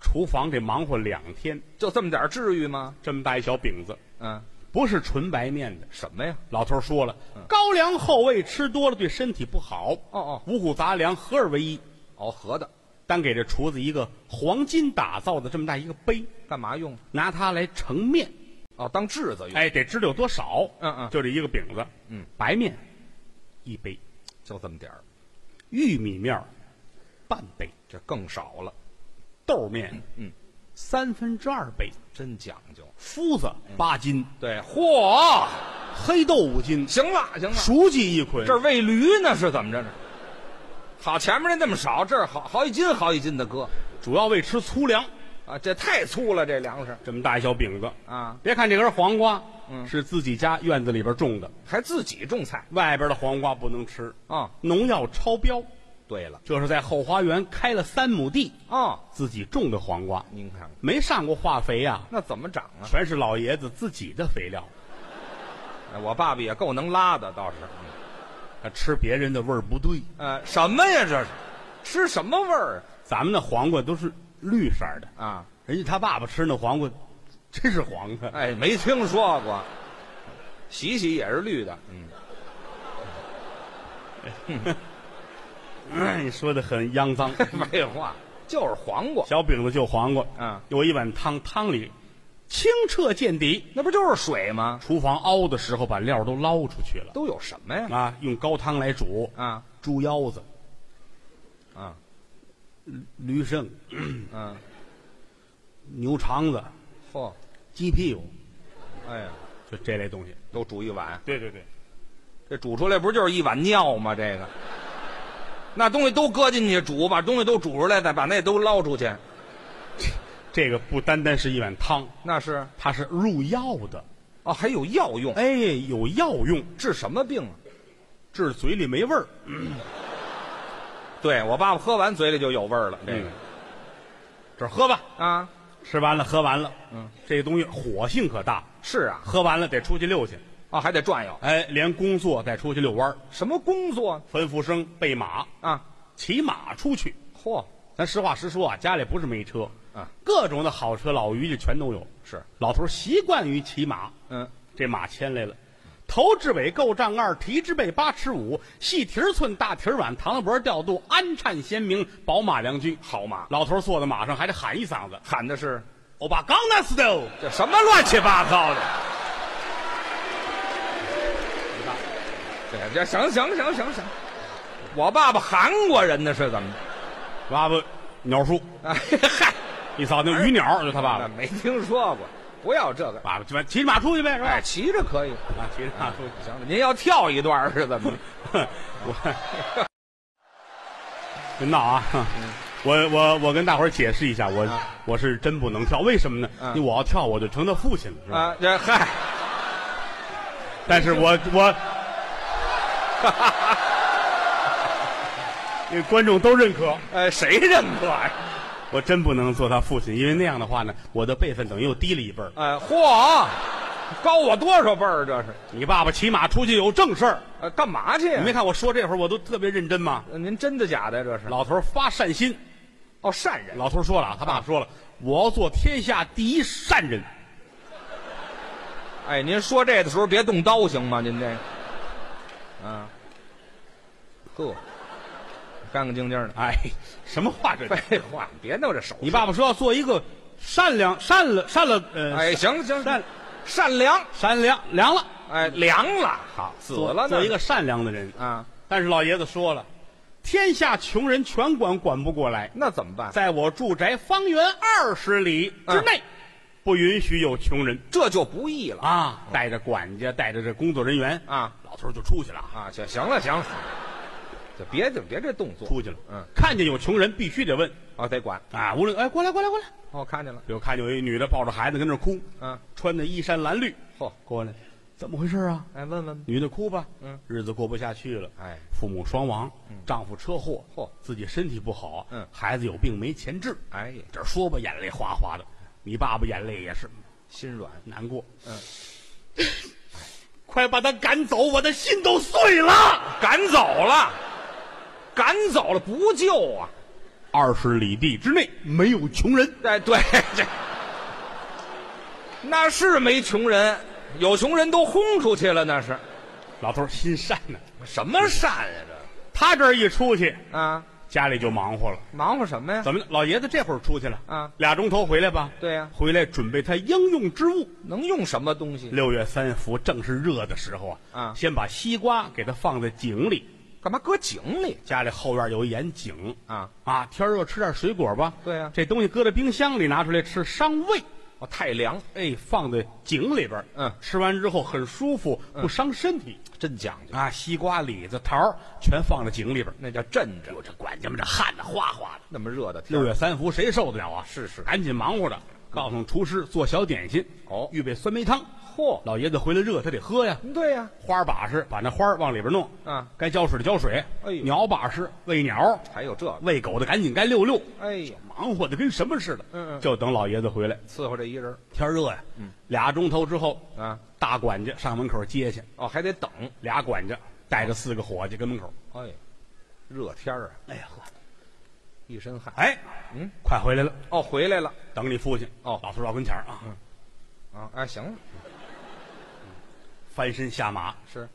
Speaker 1: 厨房得忙活两天，
Speaker 2: 就这么点儿，至于吗？
Speaker 1: 这么大一小饼子，
Speaker 2: 嗯，
Speaker 1: 不是纯白面的。
Speaker 2: 什么呀？
Speaker 1: 老头儿说了，
Speaker 2: 嗯
Speaker 1: 高粱厚味吃多了对身体不好，
Speaker 2: 哦哦
Speaker 1: 五谷杂粮合二为一。
Speaker 2: 哦，合的，
Speaker 1: 单给这厨子一个黄金打造的这么大一个杯，
Speaker 2: 干嘛用？
Speaker 1: 拿它来盛面，
Speaker 2: 哦，当质子用。
Speaker 1: 哎，得知道有多少。
Speaker 2: 嗯嗯
Speaker 1: 就这一个饼子，
Speaker 2: 嗯，
Speaker 1: 白面一杯，
Speaker 2: 就这么点儿，
Speaker 1: 玉米面儿半杯，
Speaker 2: 这更少了，
Speaker 1: 豆面
Speaker 2: 嗯，
Speaker 1: 三分之二杯，
Speaker 2: 真讲究。
Speaker 1: 麸子八斤，
Speaker 2: 嗯对，嚯，
Speaker 1: 黑豆五斤，
Speaker 2: 行了行了，
Speaker 1: 熟鸡一捆，
Speaker 2: 这儿喂驴呢是怎么着呢？好，前面那那么少，这儿好好几斤好几斤的搁
Speaker 1: 主要为吃粗粮。
Speaker 2: 啊，这太粗了，这粮食
Speaker 1: 这么大一小饼子，
Speaker 2: 啊，嗯
Speaker 1: 别看这根黄瓜，是自己家院子里边种的，
Speaker 2: 还自己种菜
Speaker 1: 外边的黄瓜不能吃，
Speaker 2: 啊。
Speaker 1: 农药超标。
Speaker 2: 对了，
Speaker 1: 这是在后花园开了三亩地，
Speaker 2: 哦，
Speaker 1: 自己种的黄瓜，
Speaker 2: 您看看
Speaker 1: 没上过化肥呀、
Speaker 2: 那怎么长啊？
Speaker 1: 全是老爷子自己的肥料，
Speaker 2: 哎我爸爸也够能拉的，倒是。
Speaker 1: 他吃别人的味儿不对。
Speaker 2: 呃，什么呀这是？吃什么味儿
Speaker 1: 咱们的黄瓜都是绿色儿的，
Speaker 2: 啊？
Speaker 1: 人家他爸爸吃那黄瓜真是黄的。
Speaker 2: 哎，没听说过，洗洗也是绿的，嗯，
Speaker 1: 哎，你说的很肮脏。
Speaker 2: 嗯废话，就是黄瓜，
Speaker 1: 小饼子就黄瓜，
Speaker 2: 嗯
Speaker 1: 有一碗汤，汤里清澈见底。
Speaker 2: 那不就是水吗？
Speaker 1: 厨房熬的时候把料都捞出去了
Speaker 2: 都有什么呀？
Speaker 1: 啊，用高汤来煮
Speaker 2: 啊
Speaker 1: 猪腰子、嗯
Speaker 2: 啊
Speaker 1: 驴肾、
Speaker 2: 嗯，
Speaker 1: [CLEARS THROAT] 牛肠子、
Speaker 2: 嚯、
Speaker 1: 鸡屁股，
Speaker 2: 哎呀，
Speaker 1: 就这类东西。
Speaker 2: 都煮一碗，
Speaker 1: 对对对，
Speaker 2: 这煮出来不就是一碗尿吗？这个，那东西都搁进去煮，把东西都煮出来，再把那都捞出去，
Speaker 1: 这个不单单是一碗汤，
Speaker 2: 那是
Speaker 1: 它是入药的，
Speaker 2: 哦，还有药用，
Speaker 1: 哎，有药用，
Speaker 2: 治什么病啊？
Speaker 1: 治嘴里没味儿。
Speaker 2: 对我爸爸喝完嘴里就有味儿了，这
Speaker 1: 嗯
Speaker 2: 个、，
Speaker 1: 这儿喝吧，
Speaker 2: 啊，
Speaker 1: 吃完了喝完了，嗯，这东西火性可大，
Speaker 2: 是啊，
Speaker 1: 喝完了得出去溜去，
Speaker 2: 啊还得转悠，
Speaker 1: 哎，连工作带出去遛弯儿，
Speaker 2: 什么工作
Speaker 1: 吩咐声备马，
Speaker 2: 啊？
Speaker 1: 骑马出去。
Speaker 2: 嚯，
Speaker 1: 咱实话实说啊，家里不是没车
Speaker 2: 啊，
Speaker 1: 各种的好车老驴就全都有。
Speaker 2: 是，
Speaker 1: 老头儿习惯于骑马，
Speaker 2: 嗯，
Speaker 1: 这马牵来了，头至尾够丈二，蹄至背八尺五，细蹄儿寸，大蹄儿碗，糖脖儿调度，鞍颤鲜明，宝马良驹。
Speaker 2: 好嘛，
Speaker 1: 老头儿坐在马上还得喊一嗓子
Speaker 2: 喊的是：“
Speaker 1: 欧巴刚那斯的哦
Speaker 2: 这什么乱七八糟的？这这行行行行行，我爸爸韩国人呢是怎么 [LAUGHS] 着？！”
Speaker 1: 娃娃鸟叔，
Speaker 2: 哎嗨，
Speaker 1: 一扫那鱼鸟就他爸
Speaker 2: 那
Speaker 1: 爸，
Speaker 2: 没听说过，不要这个。
Speaker 1: 爸爸就骑着马出去呗，是吧？
Speaker 2: 哎，骑着可以，
Speaker 1: 啊，骑着马出去。
Speaker 2: 行了，您要跳一段是怎么着？
Speaker 1: 我别闹啊！
Speaker 2: 嗯
Speaker 1: 我我我跟大伙儿解释一下，我我是真不能跳，为什么呢？因
Speaker 2: 嗯
Speaker 1: 为我要跳我就成他父亲了，是吧？
Speaker 2: 啊，这嗨，嗯
Speaker 1: 但是
Speaker 2: [LAUGHS]
Speaker 1: 我我，因为观众都认可，
Speaker 2: 呃，谁认可呀？
Speaker 1: 我真不能做他父亲，因为那样的话呢，我的辈分等于又低了一辈儿。
Speaker 2: 哎，嚯，高我多少辈儿？这是，
Speaker 1: 你爸爸骑马出去有正事儿，
Speaker 2: 呃，干嘛去呀
Speaker 1: 你没看我说这会儿我都特别认真吗？
Speaker 2: 呃您真的假的？这是？
Speaker 1: 老头儿发善心，
Speaker 2: 哦，善人，
Speaker 1: 老头儿说了啊，他爸说了，我要做天下第一善人。
Speaker 2: 哎，您说这的时候别动刀行吗？您这个，啊，呵，干干净净的。
Speaker 1: 哎，什么话这？
Speaker 2: 废话，别弄这手势。
Speaker 1: 你爸爸说要做一个善良、善了、善了，呃，
Speaker 2: 哎，行行，
Speaker 1: 善
Speaker 2: 善良，
Speaker 1: 善良良了，
Speaker 2: 哎，凉了，好，死
Speaker 1: 做
Speaker 2: 了呢。
Speaker 1: 做一个善良的人。
Speaker 2: 啊，
Speaker 1: 但是老爷子说了，天下穷人全管管不过来，
Speaker 2: 那怎么办？
Speaker 1: 在我住宅方圆二十里之
Speaker 2: 嗯
Speaker 1: 内，不允许有穷人
Speaker 2: 这就不易了
Speaker 1: 啊！带着管家，带着这工作人员，
Speaker 2: 啊
Speaker 1: 老头儿就出去了啊，
Speaker 2: 啊！行行了行了，就别就别这动作
Speaker 1: 出去了。
Speaker 2: 嗯，
Speaker 1: 看见有穷人必须得问
Speaker 2: 啊，得管。
Speaker 1: 啊，无论哎，过来过来过来，
Speaker 2: 哦，看见了，
Speaker 1: 比如看见有一女的抱着孩子跟那儿哭，
Speaker 2: 嗯，
Speaker 1: 穿的衣衫褴褛，
Speaker 2: 嚯，
Speaker 1: 过来，怎么回事啊？
Speaker 2: 哎，问问，
Speaker 1: 女的哭吧，
Speaker 2: 嗯，
Speaker 1: 日子过不下去了，
Speaker 2: 哎，
Speaker 1: 父母双亡，丈夫车祸，
Speaker 2: 嚯
Speaker 1: 自己身体不好，
Speaker 2: 嗯
Speaker 1: 孩子有病没钱治，
Speaker 2: 哎呀，
Speaker 1: 这说吧，眼泪哗哗的，你爸爸眼泪也是
Speaker 2: 心软，
Speaker 1: 难过，
Speaker 2: 嗯，
Speaker 1: 快把他赶走，我的心都碎了。
Speaker 2: 赶走了，赶走了，不救啊！
Speaker 1: 二十里地之内没有穷人，
Speaker 2: 哎，对，这那是没穷人，有穷人都轰出去了，那是
Speaker 1: 老头儿心善呢，
Speaker 2: 什么善呀、
Speaker 1: 他这儿一出去，
Speaker 2: 这啊，
Speaker 1: 家里就忙活了。
Speaker 2: 忙活什么
Speaker 1: [LAUGHS]
Speaker 2: 呀？
Speaker 1: 怎么了？老爷子这会儿出去了
Speaker 2: 啊
Speaker 1: 俩钟头回来吧。
Speaker 2: 对呀
Speaker 1: 回来准备他应用之物。
Speaker 2: 能用什么东西？
Speaker 1: 六月三伏正是热的时候啊，
Speaker 2: 啊
Speaker 1: 先把西瓜给它放在井里，
Speaker 2: 干嘛搁井里
Speaker 1: 家里后院有一眼井
Speaker 2: 啊？
Speaker 1: 啊，天儿热吃点水果吧。
Speaker 2: 对啊呀
Speaker 1: 这东西搁在冰箱里拿出来吃伤胃，
Speaker 2: 哦，太凉，
Speaker 1: 哎，放在井里边儿，
Speaker 2: 嗯
Speaker 1: 吃完之后很舒服，不伤身体、
Speaker 2: 真讲究，
Speaker 1: 啊。西瓜、李子、桃儿全放在井里边儿，
Speaker 2: 那叫镇着
Speaker 1: 哟，。这管家们这汗呐哗哗的。
Speaker 2: 那么热的天
Speaker 1: 六
Speaker 2: 儿，
Speaker 1: 月三伏谁受得了啊？
Speaker 2: 是是
Speaker 1: 赶紧忙活着，告诉厨师做小点心，
Speaker 2: 哦
Speaker 1: 预备酸梅汤。
Speaker 2: 嚯，
Speaker 1: 老爷子回来热，他得喝呀。
Speaker 2: 对呀、
Speaker 1: 花把式，把那花儿往里边弄。
Speaker 2: 啊
Speaker 1: 该浇水的浇水。
Speaker 2: 哎呦
Speaker 1: 鸟把式喂鸟，
Speaker 2: 还有这个，
Speaker 1: 喂狗的赶紧该遛遛，
Speaker 2: 哎呦，
Speaker 1: 忙活的跟什么似的。
Speaker 2: 嗯
Speaker 1: [LAUGHS]
Speaker 2: 嗯
Speaker 1: 就等老爷子回来，
Speaker 2: 伺候这一人儿
Speaker 1: 天热呀。俩钟头之后，
Speaker 2: 啊，
Speaker 1: 大管家上门口接去，
Speaker 2: 哦，还得等，
Speaker 1: 俩管家带着四个伙计跟门口。
Speaker 2: 哎，热天儿啊，
Speaker 1: 哎呀呵，
Speaker 2: 一身汗，
Speaker 1: 哎，
Speaker 2: 嗯，
Speaker 1: 快回来了，
Speaker 2: 哦，回来了，
Speaker 1: 等你父亲。
Speaker 2: 哦
Speaker 1: 老头到跟前儿啊，
Speaker 2: 啊，哎，行了，
Speaker 1: 翻身下马，
Speaker 2: 是，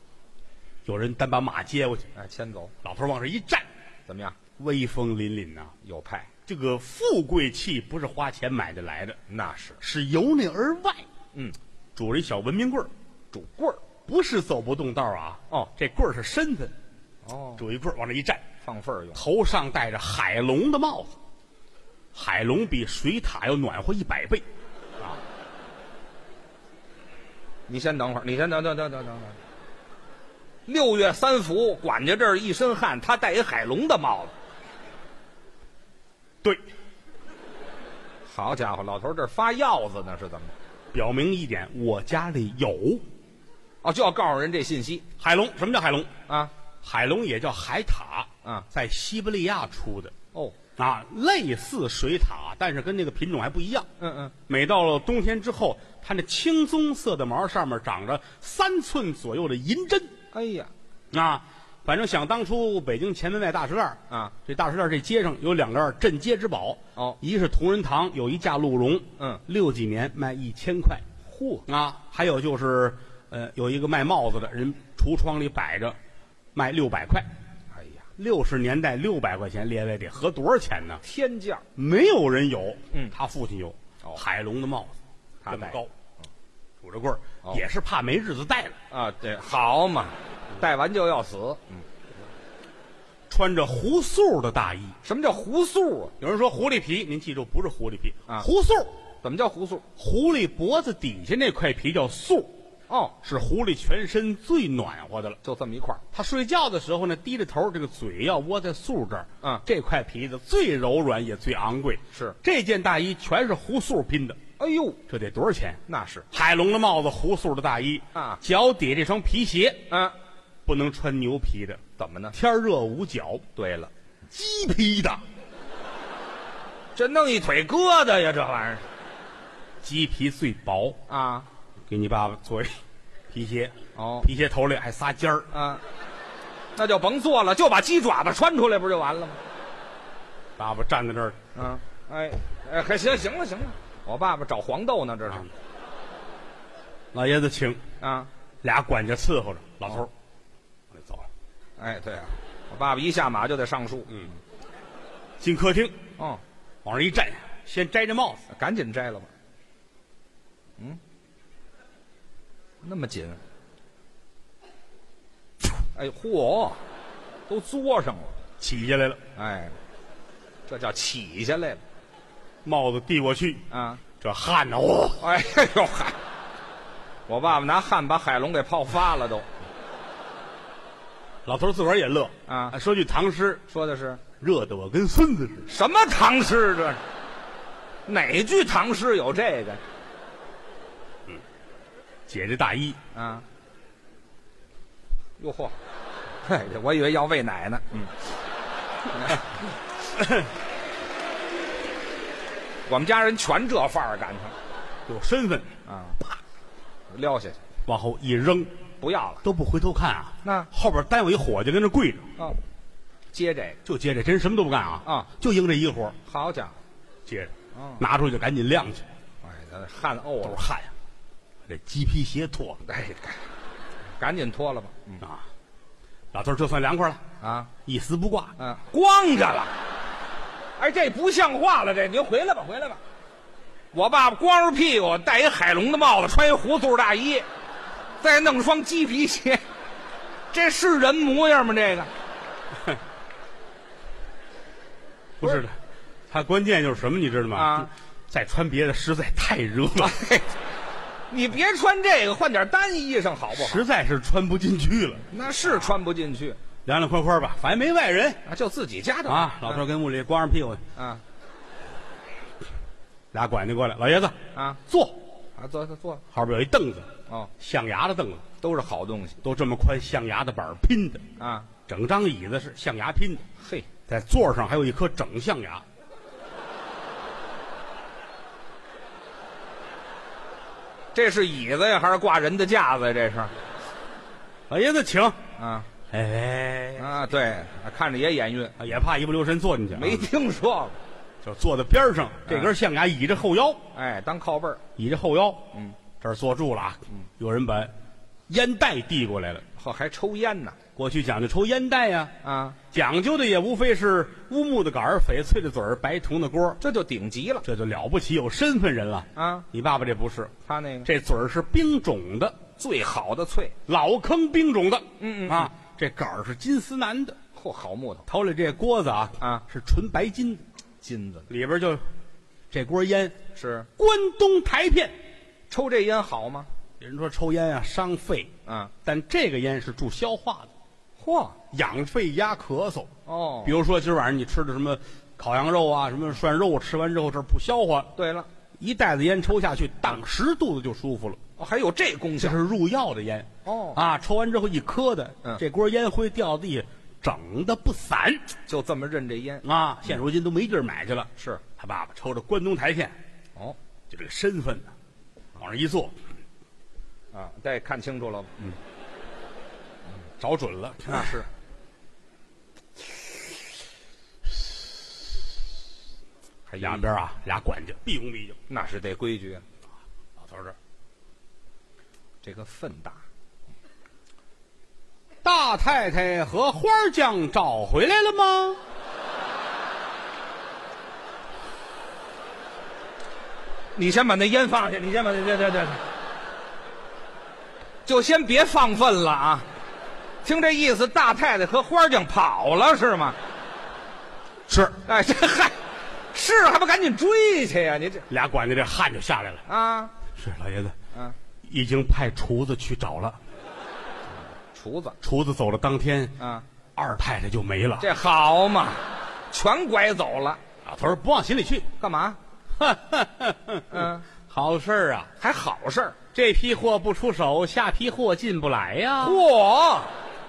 Speaker 1: 有人单把马接过去，
Speaker 2: 哎，牵走，
Speaker 1: 老头往这一站，
Speaker 2: 怎么样？
Speaker 1: 威风凛凛呐、
Speaker 2: 有派，
Speaker 1: 这个富贵气不是花钱买的来的，
Speaker 2: 那是，
Speaker 1: 是由内而外。
Speaker 2: 嗯，
Speaker 1: 拄着一小文明棍儿，
Speaker 2: 拄棍儿，
Speaker 1: 不是走不动道啊。
Speaker 2: 哦
Speaker 1: 这棍儿是身份，
Speaker 2: 哦，
Speaker 1: 拄一棍儿往这一站，
Speaker 2: 放份儿用，
Speaker 1: 头上戴着海龙的帽子，海龙比水獭要暖和一百倍。
Speaker 2: 你先等会儿，你先等等等等等等。六月三伏，管家这儿一身汗，他戴一海龙的帽子。
Speaker 1: 对，
Speaker 2: 好家伙，老头儿这儿发药子呢，是怎么着？
Speaker 1: 表明一点，我家里有
Speaker 2: 哦，就要告诉人这信息
Speaker 1: 海龙。什么叫海龙？
Speaker 2: 啊！
Speaker 1: 海龙也叫海獭
Speaker 2: 啊
Speaker 1: 在西伯利亚出的
Speaker 2: 哦，
Speaker 1: 啊，类似水獭，但是跟那个品种还不一样。
Speaker 2: 嗯嗯，
Speaker 1: 每到了冬天之后，它那青棕色的毛上面长着三寸左右的银针
Speaker 2: 哎呀，
Speaker 1: 啊。反正想当初，北京前门外大石栏儿
Speaker 2: 啊，
Speaker 1: 这大石栏儿这街上有两样镇街之宝
Speaker 2: 哦
Speaker 1: 一是同仁堂有一架鹿茸，
Speaker 2: 嗯
Speaker 1: 六几年卖一千块
Speaker 2: 嚯，
Speaker 1: 啊，还有就是呃有一个卖帽子的人橱窗里摆着，卖六百块，
Speaker 2: 哎呀，
Speaker 1: 六十年代六百块钱，列位得合多少钱呢？
Speaker 2: 天价！
Speaker 1: 没有人有，
Speaker 2: 嗯
Speaker 1: 他父亲有，
Speaker 2: 哦
Speaker 1: 海龙的帽子，
Speaker 2: 他
Speaker 1: 这么
Speaker 2: 戴
Speaker 1: 高，拄着棍儿，
Speaker 2: 哦
Speaker 1: 也是怕没日子戴了。
Speaker 2: 啊，对，好嘛，戴完就要死。嗯，
Speaker 1: 穿着胡素的大衣，
Speaker 2: 什么叫胡素啊？
Speaker 1: 有人说狐狸皮，您记住不是狐狸皮，
Speaker 2: 啊
Speaker 1: 狐素，
Speaker 2: 怎么叫胡素？
Speaker 1: 狐狸脖子底下那块皮叫素，
Speaker 2: 哦，
Speaker 1: 是狐狸全身最暖和的了。
Speaker 2: 就这么一块儿。
Speaker 1: 它睡觉的时候呢，低着头，这个嘴要窝在素这儿。
Speaker 2: 嗯
Speaker 1: 这块皮子最柔软也最昂贵。
Speaker 2: 是
Speaker 1: 这件大衣全是胡素拼的，
Speaker 2: 哎呦，
Speaker 1: 这得多少钱？
Speaker 2: 那是，
Speaker 1: 海龙的帽子，胡素的大衣
Speaker 2: 啊
Speaker 1: 脚底这双皮鞋
Speaker 2: 啊，
Speaker 1: 不能穿牛皮的，
Speaker 2: 怎么呢？
Speaker 1: 天儿热捂脚，
Speaker 2: 对了，
Speaker 1: 鸡皮的，
Speaker 2: 这弄一腿疙瘩呀，这玩意儿
Speaker 1: 鸡皮最薄，
Speaker 2: 啊，
Speaker 1: 给你爸爸做一皮鞋，
Speaker 2: 哦
Speaker 1: 皮鞋头里还仨尖儿，
Speaker 2: 啊，那就甭做了，就把鸡爪子穿出来不就完了吗？
Speaker 1: 爸爸站在这儿，
Speaker 2: 啊，哎，哎，还行，行了，行了，我爸爸找黄豆呢，这是
Speaker 1: 老爷子请，
Speaker 2: 啊，
Speaker 1: 俩管家伺候着，老头儿，
Speaker 2: 哦
Speaker 1: 我得走了，
Speaker 2: 哎，对啊，我爸爸一下马就得上树，
Speaker 1: 嗯，进客厅，
Speaker 2: 哦，
Speaker 1: 往这一站，先摘这帽子，
Speaker 2: 赶紧摘了吧，嗯，那么紧，哎，嚯，都作上了，
Speaker 1: 起下来了，
Speaker 2: 哎，这叫起下来了
Speaker 1: 帽子递过去，
Speaker 2: 啊。
Speaker 1: 这汗呐，哦哇、
Speaker 2: 哎呦嗨！我爸爸拿汗把海龙给泡发了都，
Speaker 1: 老头儿自个儿也乐
Speaker 2: 啊
Speaker 1: 说句唐诗，
Speaker 2: 说的是
Speaker 1: 热的我跟孙子似的。
Speaker 2: 什么唐诗这是？哪句唐诗有这个
Speaker 1: 解这大衣，
Speaker 2: 啊？哟嚯！嘿，我以为要喂奶呢。嗯，我们家人全这范儿，感情
Speaker 1: 有身份，
Speaker 2: 啊，啪，撂下去，
Speaker 1: 往后一扔，
Speaker 2: 不要了。
Speaker 1: 都不回头看啊。
Speaker 2: 那
Speaker 1: 后边单有一伙计跟那跪着，
Speaker 2: 哦，接这个，
Speaker 1: 就接这，真什么都不干啊
Speaker 2: 啊，
Speaker 1: 就应这一活儿
Speaker 2: 好家伙！
Speaker 1: 接着，
Speaker 2: 哦
Speaker 1: 拿出去赶紧晾去，
Speaker 2: 哎，他汗呕
Speaker 1: 都
Speaker 2: 了
Speaker 1: 是。汗呀，这鸡皮鞋脱了
Speaker 2: 哎，赶赶紧脱了吧。嗯
Speaker 1: 啊，老头儿就算凉快了，
Speaker 2: 啊，
Speaker 1: 一丝不挂，
Speaker 2: 嗯，光着了。哎，这不像话了，这您回来吧，回来吧。我爸爸光着屁股，戴一海龙的帽子，穿一胡同大衣，再弄双鸡皮鞋，这是人模样吗？这个
Speaker 1: 不是的，他关键就是什么，你知道吗？
Speaker 2: 啊
Speaker 1: 再穿别的实在太热了，
Speaker 2: 哎，你别穿这个，换点单衣裳好不好？
Speaker 1: 实在是穿不进去了，
Speaker 2: 那是穿不进去，
Speaker 1: 凉凉快快吧，反正没外人
Speaker 2: 啊，就自己家的
Speaker 1: 啊。老头儿跟屋里光着屁股，
Speaker 2: 啊
Speaker 1: 俩管家过来，老爷子
Speaker 2: 啊
Speaker 1: 坐，
Speaker 2: 啊，坐坐坐，
Speaker 1: 后边有一凳子，
Speaker 2: 哦，
Speaker 1: 象牙的凳子，
Speaker 2: 都是好东西
Speaker 1: 都这么宽，象牙的板儿拼的，
Speaker 2: 啊。
Speaker 1: 整张椅子是象牙拼的，
Speaker 2: 嘿，
Speaker 1: 在座上还有一颗整象牙，
Speaker 2: 这是椅子呀，还是挂人的架子呀？这是
Speaker 1: 老爷哎子请。
Speaker 2: 啊。
Speaker 1: 哎，
Speaker 2: 啊，对，看着也眼晕，
Speaker 1: 也怕一不留神坐进去啊，
Speaker 2: 没啊听说过。
Speaker 1: 就坐在边儿上，这根象牙倚着后腰，
Speaker 2: 哎，当靠背儿，
Speaker 1: 倚着后腰，
Speaker 2: 嗯，
Speaker 1: 这儿坐住了啊，有人把烟袋递过来了。
Speaker 2: 呵，还抽烟呢
Speaker 1: 过去讲究抽烟袋呀、
Speaker 2: 啊，
Speaker 1: 讲究的也无非是乌木的杆儿、翡翠的嘴儿、白铜的锅儿，
Speaker 2: 这就顶级了
Speaker 1: 这就了不起，有身份人了。
Speaker 2: 啊！
Speaker 1: 你爸爸这不是，
Speaker 2: 他那个
Speaker 1: 这嘴儿是冰种的，
Speaker 2: 最好的翠，
Speaker 1: 老坑冰种的。
Speaker 2: 嗯嗯
Speaker 1: 啊，这杆儿是金丝楠的，
Speaker 2: 嚯，好木头，
Speaker 1: 头里这锅子啊
Speaker 2: 啊
Speaker 1: 是纯白金的，
Speaker 2: 金子的
Speaker 1: 里边就这锅烟，
Speaker 2: 是
Speaker 1: 关东台片。
Speaker 2: 抽这烟好吗？
Speaker 1: 有人说抽烟啊伤肺，
Speaker 2: 啊，
Speaker 1: 但这个烟是助消化的，
Speaker 2: 嚯，
Speaker 1: 养肺压咳嗽。
Speaker 2: 哦
Speaker 1: 比，如说今晚上你吃的什么烤羊肉啊，什么涮肉，吃完之后这儿不消化，
Speaker 2: 对了，
Speaker 1: 一袋子烟抽下去，当时肚子就舒服了。
Speaker 2: 哦，还有这功
Speaker 1: 这
Speaker 2: 效
Speaker 1: 是入药的烟
Speaker 2: 哦，
Speaker 1: 啊，抽完之后一磕的，
Speaker 2: 嗯
Speaker 1: 这锅烟灰掉地下，整的不散
Speaker 2: 就这么认这烟
Speaker 1: 啊。现如今都没地儿买去了。
Speaker 2: 是
Speaker 1: 他爸爸抽着关东台片，
Speaker 2: 哦
Speaker 1: 就这个身份呢，往那一坐，
Speaker 2: 啊，再看清楚了吧？
Speaker 1: 找准了。啊
Speaker 2: 那是
Speaker 1: 还两边啊，俩管家毕恭毕敬。
Speaker 2: 那是得规矩啊，
Speaker 1: 老头儿这儿
Speaker 2: 这个分大
Speaker 1: 大太太和花匠找回来了吗？
Speaker 2: 你先把那烟放下，你先把那这这这，就先别放粪了啊！听这意思，大太太和花匠跑了是吗？
Speaker 1: 是，
Speaker 2: [LAUGHS] 哎，这嗨，是啊还不赶紧追去呀、你这
Speaker 1: 俩管家这汗就下来了。
Speaker 2: 啊，
Speaker 1: 是老爷子，
Speaker 2: 嗯、
Speaker 1: 已经派厨子去找了。
Speaker 2: 厨子
Speaker 1: 厨子走了当天，
Speaker 2: 啊，
Speaker 1: 二太太就没了。
Speaker 2: 这好嘛，全拐走了，
Speaker 1: 老头儿不往心里去，
Speaker 2: 干嘛？
Speaker 1: 嗯， [LAUGHS] 好事儿啊！
Speaker 2: 还好事儿，
Speaker 1: 这批货不出手，下批货进不来呀。
Speaker 2: 嚯，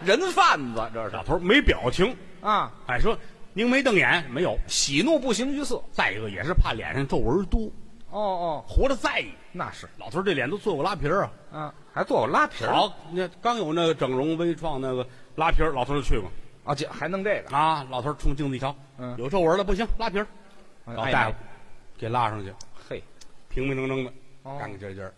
Speaker 2: 人贩子这是
Speaker 1: 老头儿没表情，
Speaker 2: 啊，
Speaker 1: 哎，说凝眉瞪眼没有。
Speaker 2: 喜怒不形于色。
Speaker 1: 再一个也是怕脸上皱纹多，
Speaker 2: 哦哦，
Speaker 1: 活着在意。
Speaker 2: 那是
Speaker 1: 老头儿这脸都做过拉皮儿啊。
Speaker 2: 啊，还做过拉皮儿，
Speaker 1: 好，那刚有那个整容微创那个拉皮儿，老头儿就去过
Speaker 2: 啊，这还弄这个，
Speaker 1: 啊。老头儿冲镜子一瞧，
Speaker 2: 嗯
Speaker 1: 有皱纹了不行，拉皮儿。老
Speaker 2: 哎
Speaker 1: 大夫给拉上去，
Speaker 2: 嘿，
Speaker 1: 平平整整的，
Speaker 2: 哦
Speaker 1: 干干净净儿。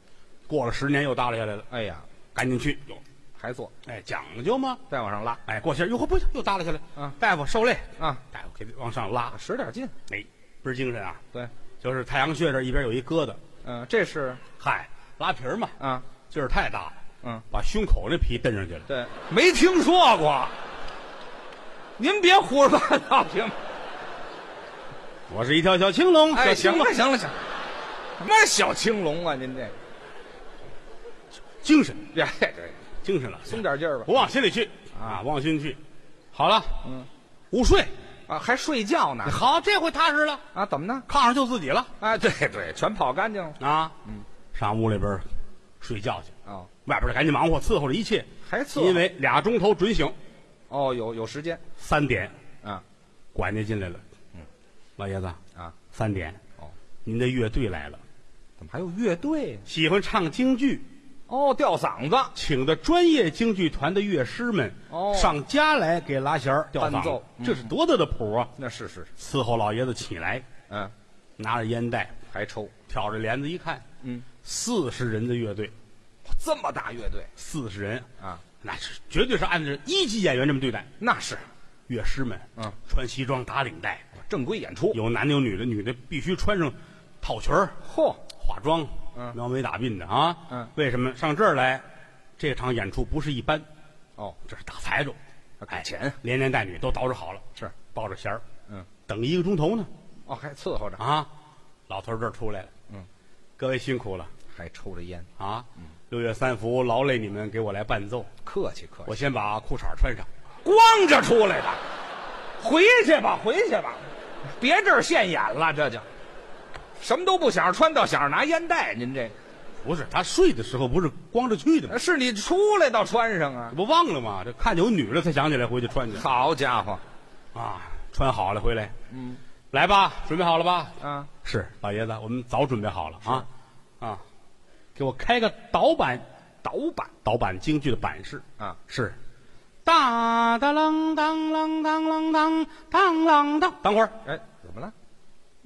Speaker 1: 过了十年又耷拉下来了，
Speaker 2: 哎呀，
Speaker 1: 赶紧去有。
Speaker 2: 还做，
Speaker 1: 哎，讲究嘛。
Speaker 2: 再往上拉
Speaker 1: 哎，过些儿哟呵，不行，又耷拉下来。
Speaker 2: 嗯
Speaker 1: 大夫受累，
Speaker 2: 啊，
Speaker 1: 大夫给往上拉，
Speaker 2: 使点劲，
Speaker 1: 哎，倍儿精神啊！
Speaker 2: 对，
Speaker 1: 就是太阳穴这儿一边有一疙瘩，
Speaker 2: 嗯、这是
Speaker 1: 嗨，拉皮儿嘛，
Speaker 2: 啊，
Speaker 1: 劲儿太大了，
Speaker 2: 嗯，
Speaker 1: 把胸口这皮蹬上去了。
Speaker 2: 对，没听说过，您别胡说八道行吗？
Speaker 1: 我是一条小青龙，
Speaker 2: 哎，
Speaker 1: 小青
Speaker 2: 行
Speaker 1: 龙
Speaker 2: 了，行了行了，什么小青龙啊，您这
Speaker 1: 精神
Speaker 2: 呀，这这
Speaker 1: 精神了，
Speaker 2: 松点劲儿吧
Speaker 1: 不，往心里去啊，不往心里去。好了，嗯，午睡，
Speaker 2: 啊，还睡觉呢
Speaker 1: 好，这回踏实了，
Speaker 2: 啊？怎么呢？
Speaker 1: 炕上就自己了
Speaker 2: 啊，对对，全跑干净了
Speaker 1: 啊。嗯，上屋里边儿睡觉去，
Speaker 2: 哦，
Speaker 1: 外边儿赶紧忙活伺候着一切，
Speaker 2: 还伺候
Speaker 1: 因为俩钟头准醒，
Speaker 2: 哦，有有时间
Speaker 1: 三点
Speaker 2: 啊嗯
Speaker 1: 管家进来了，老爷子，
Speaker 2: 啊，
Speaker 1: 三点
Speaker 2: 哦，
Speaker 1: 您的乐队来了，
Speaker 2: 怎么还有乐队？
Speaker 1: 喜欢唱京剧，
Speaker 2: 哦，吊嗓子，
Speaker 1: 请的专业京剧团的乐师们
Speaker 2: 哦
Speaker 1: 上家来给拉弦儿吊
Speaker 2: 伴
Speaker 1: 嗓
Speaker 2: 奏嗯
Speaker 1: 子，这是多大的谱啊！
Speaker 2: 那是是，是
Speaker 1: 伺候老爷子起来，
Speaker 2: 嗯，
Speaker 1: 拿着烟袋，
Speaker 2: 还抽，
Speaker 1: 挑着帘子一看，
Speaker 2: 嗯，
Speaker 1: 四十人的乐队，
Speaker 2: 这么大乐队
Speaker 1: 四十人，
Speaker 2: 啊，
Speaker 1: 那是绝对是按照一级演员这么对待。
Speaker 2: 那是
Speaker 1: 乐师们，
Speaker 2: 嗯，
Speaker 1: 穿西装打领带，
Speaker 2: 正规演出。
Speaker 1: 有男的有女的，女的必须穿上套裙儿，
Speaker 2: 嚯，
Speaker 1: 化妆，
Speaker 2: 嗯
Speaker 1: 描眉打鬓的啊，
Speaker 2: 嗯
Speaker 1: 为什么上这儿来？这场演出不是一般，
Speaker 2: 哦，
Speaker 1: 这是大财主，
Speaker 2: 还给
Speaker 1: 哎，
Speaker 2: 钱
Speaker 1: 连连带女都捯饬好了，
Speaker 2: 是，
Speaker 1: 抱着弦儿，
Speaker 2: 嗯，
Speaker 1: 等一个钟头呢，
Speaker 2: 哦，还伺候着，
Speaker 1: 啊，老头儿这儿出来了，
Speaker 2: 嗯，
Speaker 1: 各位辛苦了
Speaker 2: 还抽着烟，
Speaker 1: 啊，六月三伏劳累你们给我来伴奏，
Speaker 2: 客气客
Speaker 1: 我，先把裤衩穿上，
Speaker 2: 光着出来的，回去吧，回去吧，别这儿现眼了，这就什么都不想，穿到想着拿烟袋，您这
Speaker 1: 不是他睡的时候不是光着去的吗？
Speaker 2: 是你出来到穿上啊
Speaker 1: 这？不忘了吗？这看见有女的才想起来回去穿去
Speaker 2: 好家伙，
Speaker 1: 啊，穿好了回来，嗯，来吧，准备好了吧？
Speaker 2: 啊，
Speaker 1: 是老爷子，我们早准备好了啊啊，给我开个导板，
Speaker 2: 倒板
Speaker 1: 导板京剧的板式
Speaker 2: 啊，
Speaker 1: 是，哒哒啷当啷当啷当当啷当。等会儿
Speaker 2: 哎，怎么了？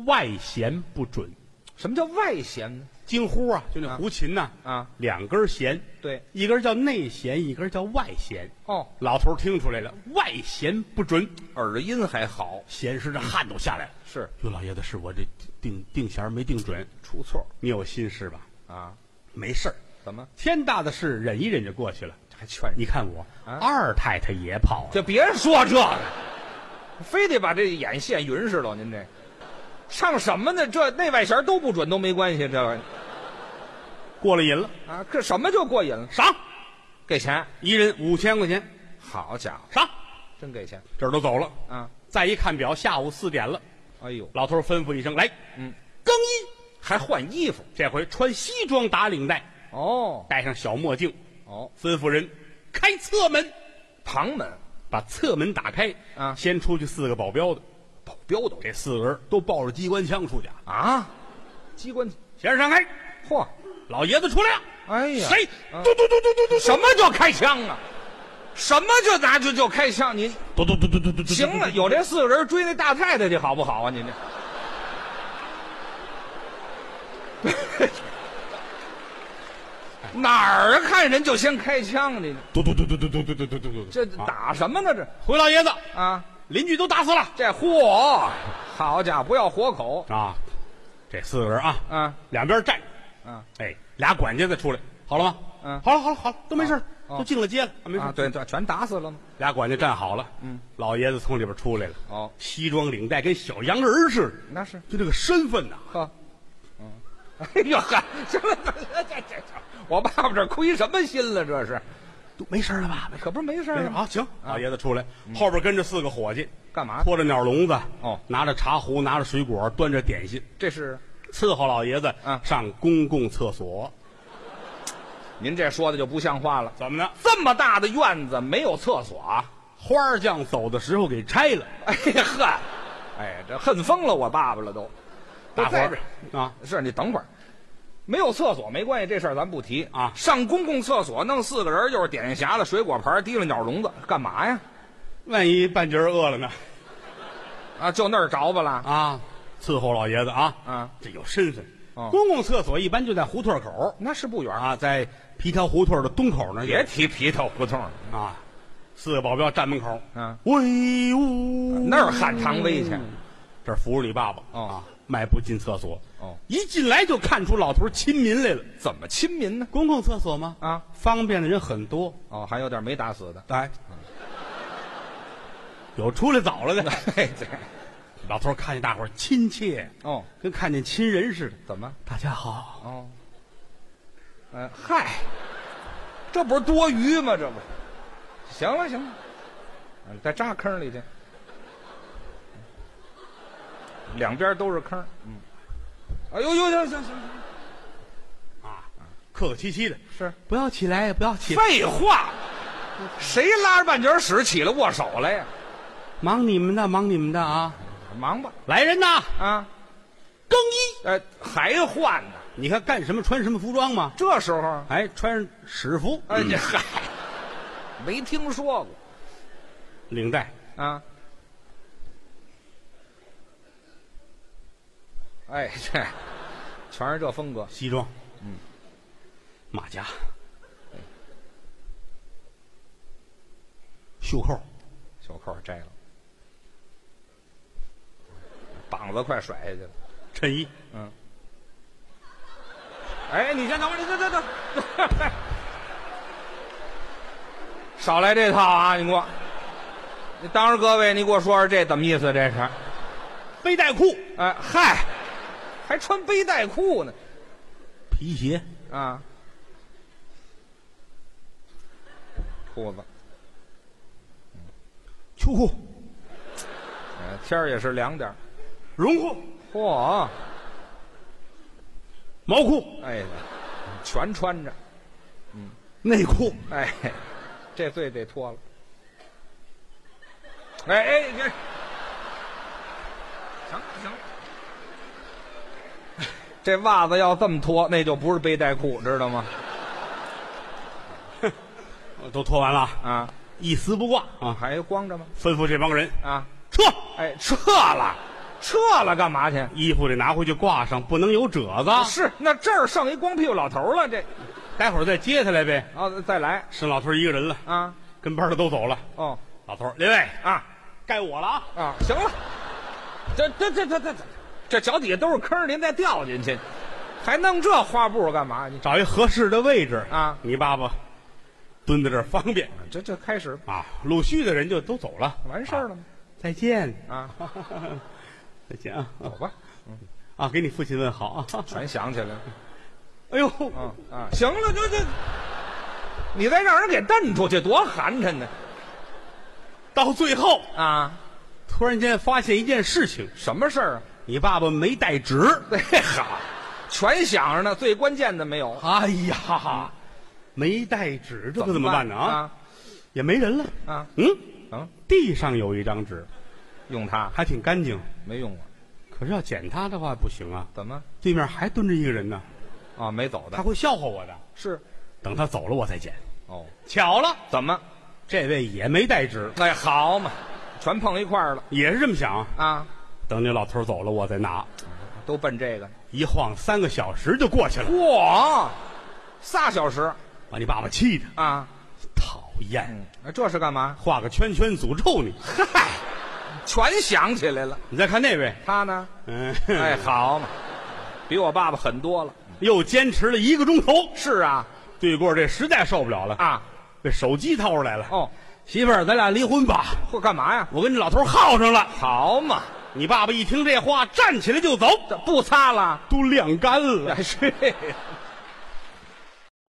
Speaker 1: 外弦不准，
Speaker 2: 什么叫外弦呢？
Speaker 1: 京呼啊，就那胡琴呐、
Speaker 2: 啊，
Speaker 1: 两根弦，
Speaker 2: 对，
Speaker 1: 一根叫内弦，一根叫外弦。
Speaker 2: 哦，
Speaker 1: 老头儿听出来了，外弦不准，
Speaker 2: 耳音还好，
Speaker 1: 弦师的汗都下来了。
Speaker 2: 是
Speaker 1: 哟，老爷子，是我这定定弦儿没定准，
Speaker 2: 出错
Speaker 1: 你有心事吧？
Speaker 2: 啊？
Speaker 1: 没事儿，
Speaker 2: 怎么
Speaker 1: 天大的事忍一忍就过去了。
Speaker 2: 还劝
Speaker 1: 你
Speaker 2: 你？
Speaker 1: 看我、
Speaker 2: 啊
Speaker 1: 二太太也跑了，
Speaker 2: 就别说这个，非得把这眼线匀实了。您这唱什么呢？这内外弦都不准，都没关系。这玩意
Speaker 1: 过了瘾了，
Speaker 2: 儿啊，这什么就过瘾了？
Speaker 1: 赏
Speaker 2: 给钱，
Speaker 1: 一人五千块钱，
Speaker 2: 好家伙，
Speaker 1: 赏。
Speaker 2: 真给钱
Speaker 1: 这儿都走了，
Speaker 2: 啊！
Speaker 1: 再一看表，下午四点了。
Speaker 2: 哎呦，
Speaker 1: 老头儿吩咐一声：“来，
Speaker 2: 嗯，
Speaker 1: 更衣。
Speaker 2: 还换衣服”
Speaker 1: 这回穿西装打领带，
Speaker 2: 哦
Speaker 1: 戴上小墨镜，
Speaker 2: 哦，
Speaker 1: 吩咐人开侧门，
Speaker 2: 旁门
Speaker 1: 把侧门打开。
Speaker 2: 啊
Speaker 1: 先出去四个保镖的，
Speaker 2: 保镖都
Speaker 1: 这四个人都抱着机关枪出去啊。
Speaker 2: 啊，机关
Speaker 1: 先生开，
Speaker 2: 嚯，
Speaker 1: 老爷子出来了。
Speaker 2: 哎呀
Speaker 1: 谁？
Speaker 2: 啊
Speaker 1: 嘟嘟嘟嘟嘟嘟，
Speaker 2: 什么叫开枪啊？什么就拿就就开枪？你
Speaker 1: 嘟嘟嘟嘟嘟嘟嘟。
Speaker 2: 行了，，有这四个人追那大太太去好不好啊？您 [LAUGHS] 这，哪儿啊？看人就先开枪啊，你
Speaker 1: 嘟嘟嘟嘟嘟嘟嘟嘟嘟嘟嘟。
Speaker 2: 这
Speaker 1: 啊
Speaker 2: 打什么呢？这
Speaker 1: 回老爷子，
Speaker 2: 啊，
Speaker 1: 邻居都打死了
Speaker 2: 这嚯，好家伙，不要活口
Speaker 1: 啊！这四个人啊，
Speaker 2: 啊
Speaker 1: 两边站着。
Speaker 2: 啊
Speaker 1: 哎，俩管家再出来，好了吗？
Speaker 2: 嗯
Speaker 1: 好了，好了，好了，都没事了，
Speaker 2: 哦
Speaker 1: 都进了街了，啊没事。
Speaker 2: 啊！对，对，全打死了吗？
Speaker 1: 俩管家站好了，嗯，老爷子从里边出来了，
Speaker 2: 哦，
Speaker 1: 西装领带跟小洋人似的，
Speaker 2: 那是
Speaker 1: 就这个身份呐、
Speaker 2: 呵，嗯， [LAUGHS] 哎呦呵，行了，这这这，我爸爸这亏什么心了？这是，
Speaker 1: 都没事了吧？没事
Speaker 2: 可不是没事
Speaker 1: 没
Speaker 2: 儿
Speaker 1: 事
Speaker 2: 吗？
Speaker 1: 啊，行。老
Speaker 2: 嗯
Speaker 1: 爷子出来，后边跟着四个伙计，
Speaker 2: 干嘛？
Speaker 1: 拖着鸟笼子，
Speaker 2: 啊哦
Speaker 1: 拿着茶壶，拿着水果，端着点心，
Speaker 2: 这是
Speaker 1: 伺候老爷子
Speaker 2: 嗯
Speaker 1: 上公共厕所。
Speaker 2: 您这说的就不像话了。
Speaker 1: 怎么呢？
Speaker 2: 这么大的院子没有厕所啊？ [LAUGHS]
Speaker 1: 花儿匠走的时候给拆了，
Speaker 2: 哎呀呵，哎呀，这恨疯了我爸爸了都。
Speaker 1: 大伙
Speaker 2: 都在
Speaker 1: 儿啊，
Speaker 2: 这是你等会儿，没有厕所没关系，这事儿咱不提
Speaker 1: 啊
Speaker 2: 上公共厕所弄四个人，又是点匣子、水果盘、提了鸟笼子，干嘛呀？
Speaker 1: 万一半截儿饿了呢？
Speaker 2: 啊，就那儿着吧了。
Speaker 1: 啊，伺候老爷子啊，
Speaker 2: 啊，
Speaker 1: 这有身份。
Speaker 2: 哦
Speaker 1: 公共厕所一般就在胡同口
Speaker 2: 那是不远啊。
Speaker 1: 啊，在皮条胡同的东口那儿有
Speaker 2: 别提皮头胡同了，
Speaker 1: 啊，四个保镖站门口，
Speaker 2: 嗯，
Speaker 1: 威武，
Speaker 2: 那儿喊唐威去。
Speaker 1: 这儿扶着你爸爸
Speaker 2: 哦
Speaker 1: 啊，迈步进厕所，
Speaker 2: 哦，
Speaker 1: 一进来就看出老头儿亲民来了。
Speaker 2: 怎么亲民呢？
Speaker 1: 公共厕所吗？
Speaker 2: 啊，
Speaker 1: 方便的人很多，
Speaker 2: 哦，还有点没打死的。
Speaker 1: 哎，有出来早了的。
Speaker 2: [LAUGHS] 哎，对，
Speaker 1: 老头儿看见大伙儿亲切，
Speaker 2: 哦，
Speaker 1: 跟看见亲人似的。
Speaker 2: 怎么？
Speaker 1: 大家好，
Speaker 2: 哦，嗯、嗨，这不是多余吗？这不是，行了行了，嗯再扎坑里去，两边都是坑，嗯，哎呦呦，行行行行，
Speaker 1: 客客气气的，
Speaker 2: 是嗯
Speaker 1: 不要起来，不要起来，
Speaker 2: 废话，谁拉着半截屎起来握手来呀？
Speaker 1: 忙你们的，忙你们的啊！
Speaker 2: 忙吧，
Speaker 1: 来人呐，
Speaker 2: 啊，
Speaker 1: 更衣！
Speaker 2: 呃，还换呢，
Speaker 1: 你看干什么穿什么服装吗？
Speaker 2: 这时候，啊
Speaker 1: 哎，穿上史服，嗯
Speaker 2: 哎，这嗨，没听说过
Speaker 1: 领带，
Speaker 2: 啊。哎，这全是这风格。
Speaker 1: 西装，嗯，哎马甲，袖扣，
Speaker 2: 袖扣摘了，膀子快甩下去了。
Speaker 1: 衬衣，
Speaker 2: 哎，你先等会儿，你等等等，少来这套啊！你给我，你当着各位，你给我说说这怎么意思？这是？
Speaker 1: 背带裤，
Speaker 2: 哎，嗨，还穿背带裤呢
Speaker 1: 皮鞋，
Speaker 2: 啊！裤子，
Speaker 1: 秋裤，
Speaker 2: 哎天儿也是凉点儿。
Speaker 1: 绒裤，
Speaker 2: 嚯，
Speaker 1: 毛裤，
Speaker 2: 哎，全穿着，
Speaker 1: 内裤，
Speaker 2: 哎，这罪得脱了。哎哎，这行了行了，这袜子要这么脱，那就不是背带裤，知道吗？
Speaker 1: 呃都脱完了啊，
Speaker 2: 啊，
Speaker 1: 一丝不挂啊！
Speaker 2: 还光着吗？
Speaker 1: 吩咐这帮人
Speaker 2: 啊，
Speaker 1: 撤，
Speaker 2: 哎，撤了，撤了干嘛去？
Speaker 1: 衣服得拿回去挂上，不能有褶子。
Speaker 2: 是，那这儿剩一光屁股老头儿了，这
Speaker 1: 待会儿再接他来呗。
Speaker 2: 啊、哦，再来
Speaker 1: 剩老头一个人了，
Speaker 2: 啊，
Speaker 1: 跟班的都走了。
Speaker 2: 哦，
Speaker 1: 老头儿，列位，
Speaker 2: 啊
Speaker 1: 该我了啊！
Speaker 2: 啊，行了，这这这这这这这脚底下都是坑儿，您再掉进去，还弄这花步干嘛？你
Speaker 1: 找一合适的位置
Speaker 2: 啊
Speaker 1: 你爸爸蹲在这儿方便
Speaker 2: 这这开始
Speaker 1: 啊。陆续的人就都走了，
Speaker 2: 完事儿了
Speaker 1: 啊
Speaker 2: 吗？
Speaker 1: 再见，
Speaker 2: 啊，
Speaker 1: 再见啊
Speaker 2: 走吧，
Speaker 1: 啊！给你父亲问好啊！ [LAUGHS]
Speaker 2: 全想起来了。
Speaker 1: 哎呦，
Speaker 2: 啊啊，行了，就这，你再让人给蹬出去，多寒碜呢！
Speaker 1: 到最后
Speaker 2: 啊，
Speaker 1: 突然间发现一件事情，
Speaker 2: 什么事儿啊？ [LAUGHS]
Speaker 1: 你爸爸没带纸。
Speaker 2: 哎哈，全想着呢，最关键的没有，
Speaker 1: 哎呀，没带纸，这可怎么办呢？
Speaker 2: 啊？
Speaker 1: 也没人了。
Speaker 2: 啊，
Speaker 1: 嗯，
Speaker 2: 嗯，
Speaker 1: 地上有一张纸，
Speaker 2: 用它
Speaker 1: 还挺干净，
Speaker 2: 没用过，
Speaker 1: 可是要捡它的话不行啊。
Speaker 2: 怎么？
Speaker 1: 对面还蹲着一个人呢，
Speaker 2: 啊，没走
Speaker 1: 他
Speaker 2: 的
Speaker 1: 会笑话我的。
Speaker 2: 是
Speaker 1: 等他走了我再捡。
Speaker 2: 哦，
Speaker 1: 巧了，
Speaker 2: 怎么？
Speaker 1: 这位也没带纸，
Speaker 2: 哎，好嘛，全碰一块儿了
Speaker 1: 也是这么想。
Speaker 2: 啊，
Speaker 1: 等那老头走了我再拿。
Speaker 2: 都奔这个。
Speaker 1: 一晃三个小时就过去了，
Speaker 2: 嚯，仨小时
Speaker 1: 把你爸爸气的，
Speaker 2: 啊！
Speaker 1: 讨厌，
Speaker 2: 嗯，这是干嘛？
Speaker 1: 画个圈圈诅咒你。 [LAUGHS]
Speaker 2: 嗨，全想起来了。
Speaker 1: 你再看那位，
Speaker 2: 他呢？
Speaker 1: 嗯，
Speaker 2: 哎，好嘛，比我爸爸狠多了。
Speaker 1: [LAUGHS] 又坚持了一个钟头。
Speaker 2: 是啊，
Speaker 1: 对过这实在受不了了，
Speaker 2: 啊，
Speaker 1: 这手机掏出来了。
Speaker 2: 哦，
Speaker 1: 媳妇儿，咱俩离婚吧，
Speaker 2: 或干嘛呀？
Speaker 1: 我跟这老头耗上了。
Speaker 2: 好嘛，
Speaker 1: 你爸爸一听这话，站起来就走，
Speaker 2: 这不擦了。
Speaker 1: 都晾干了。
Speaker 2: 哎，是，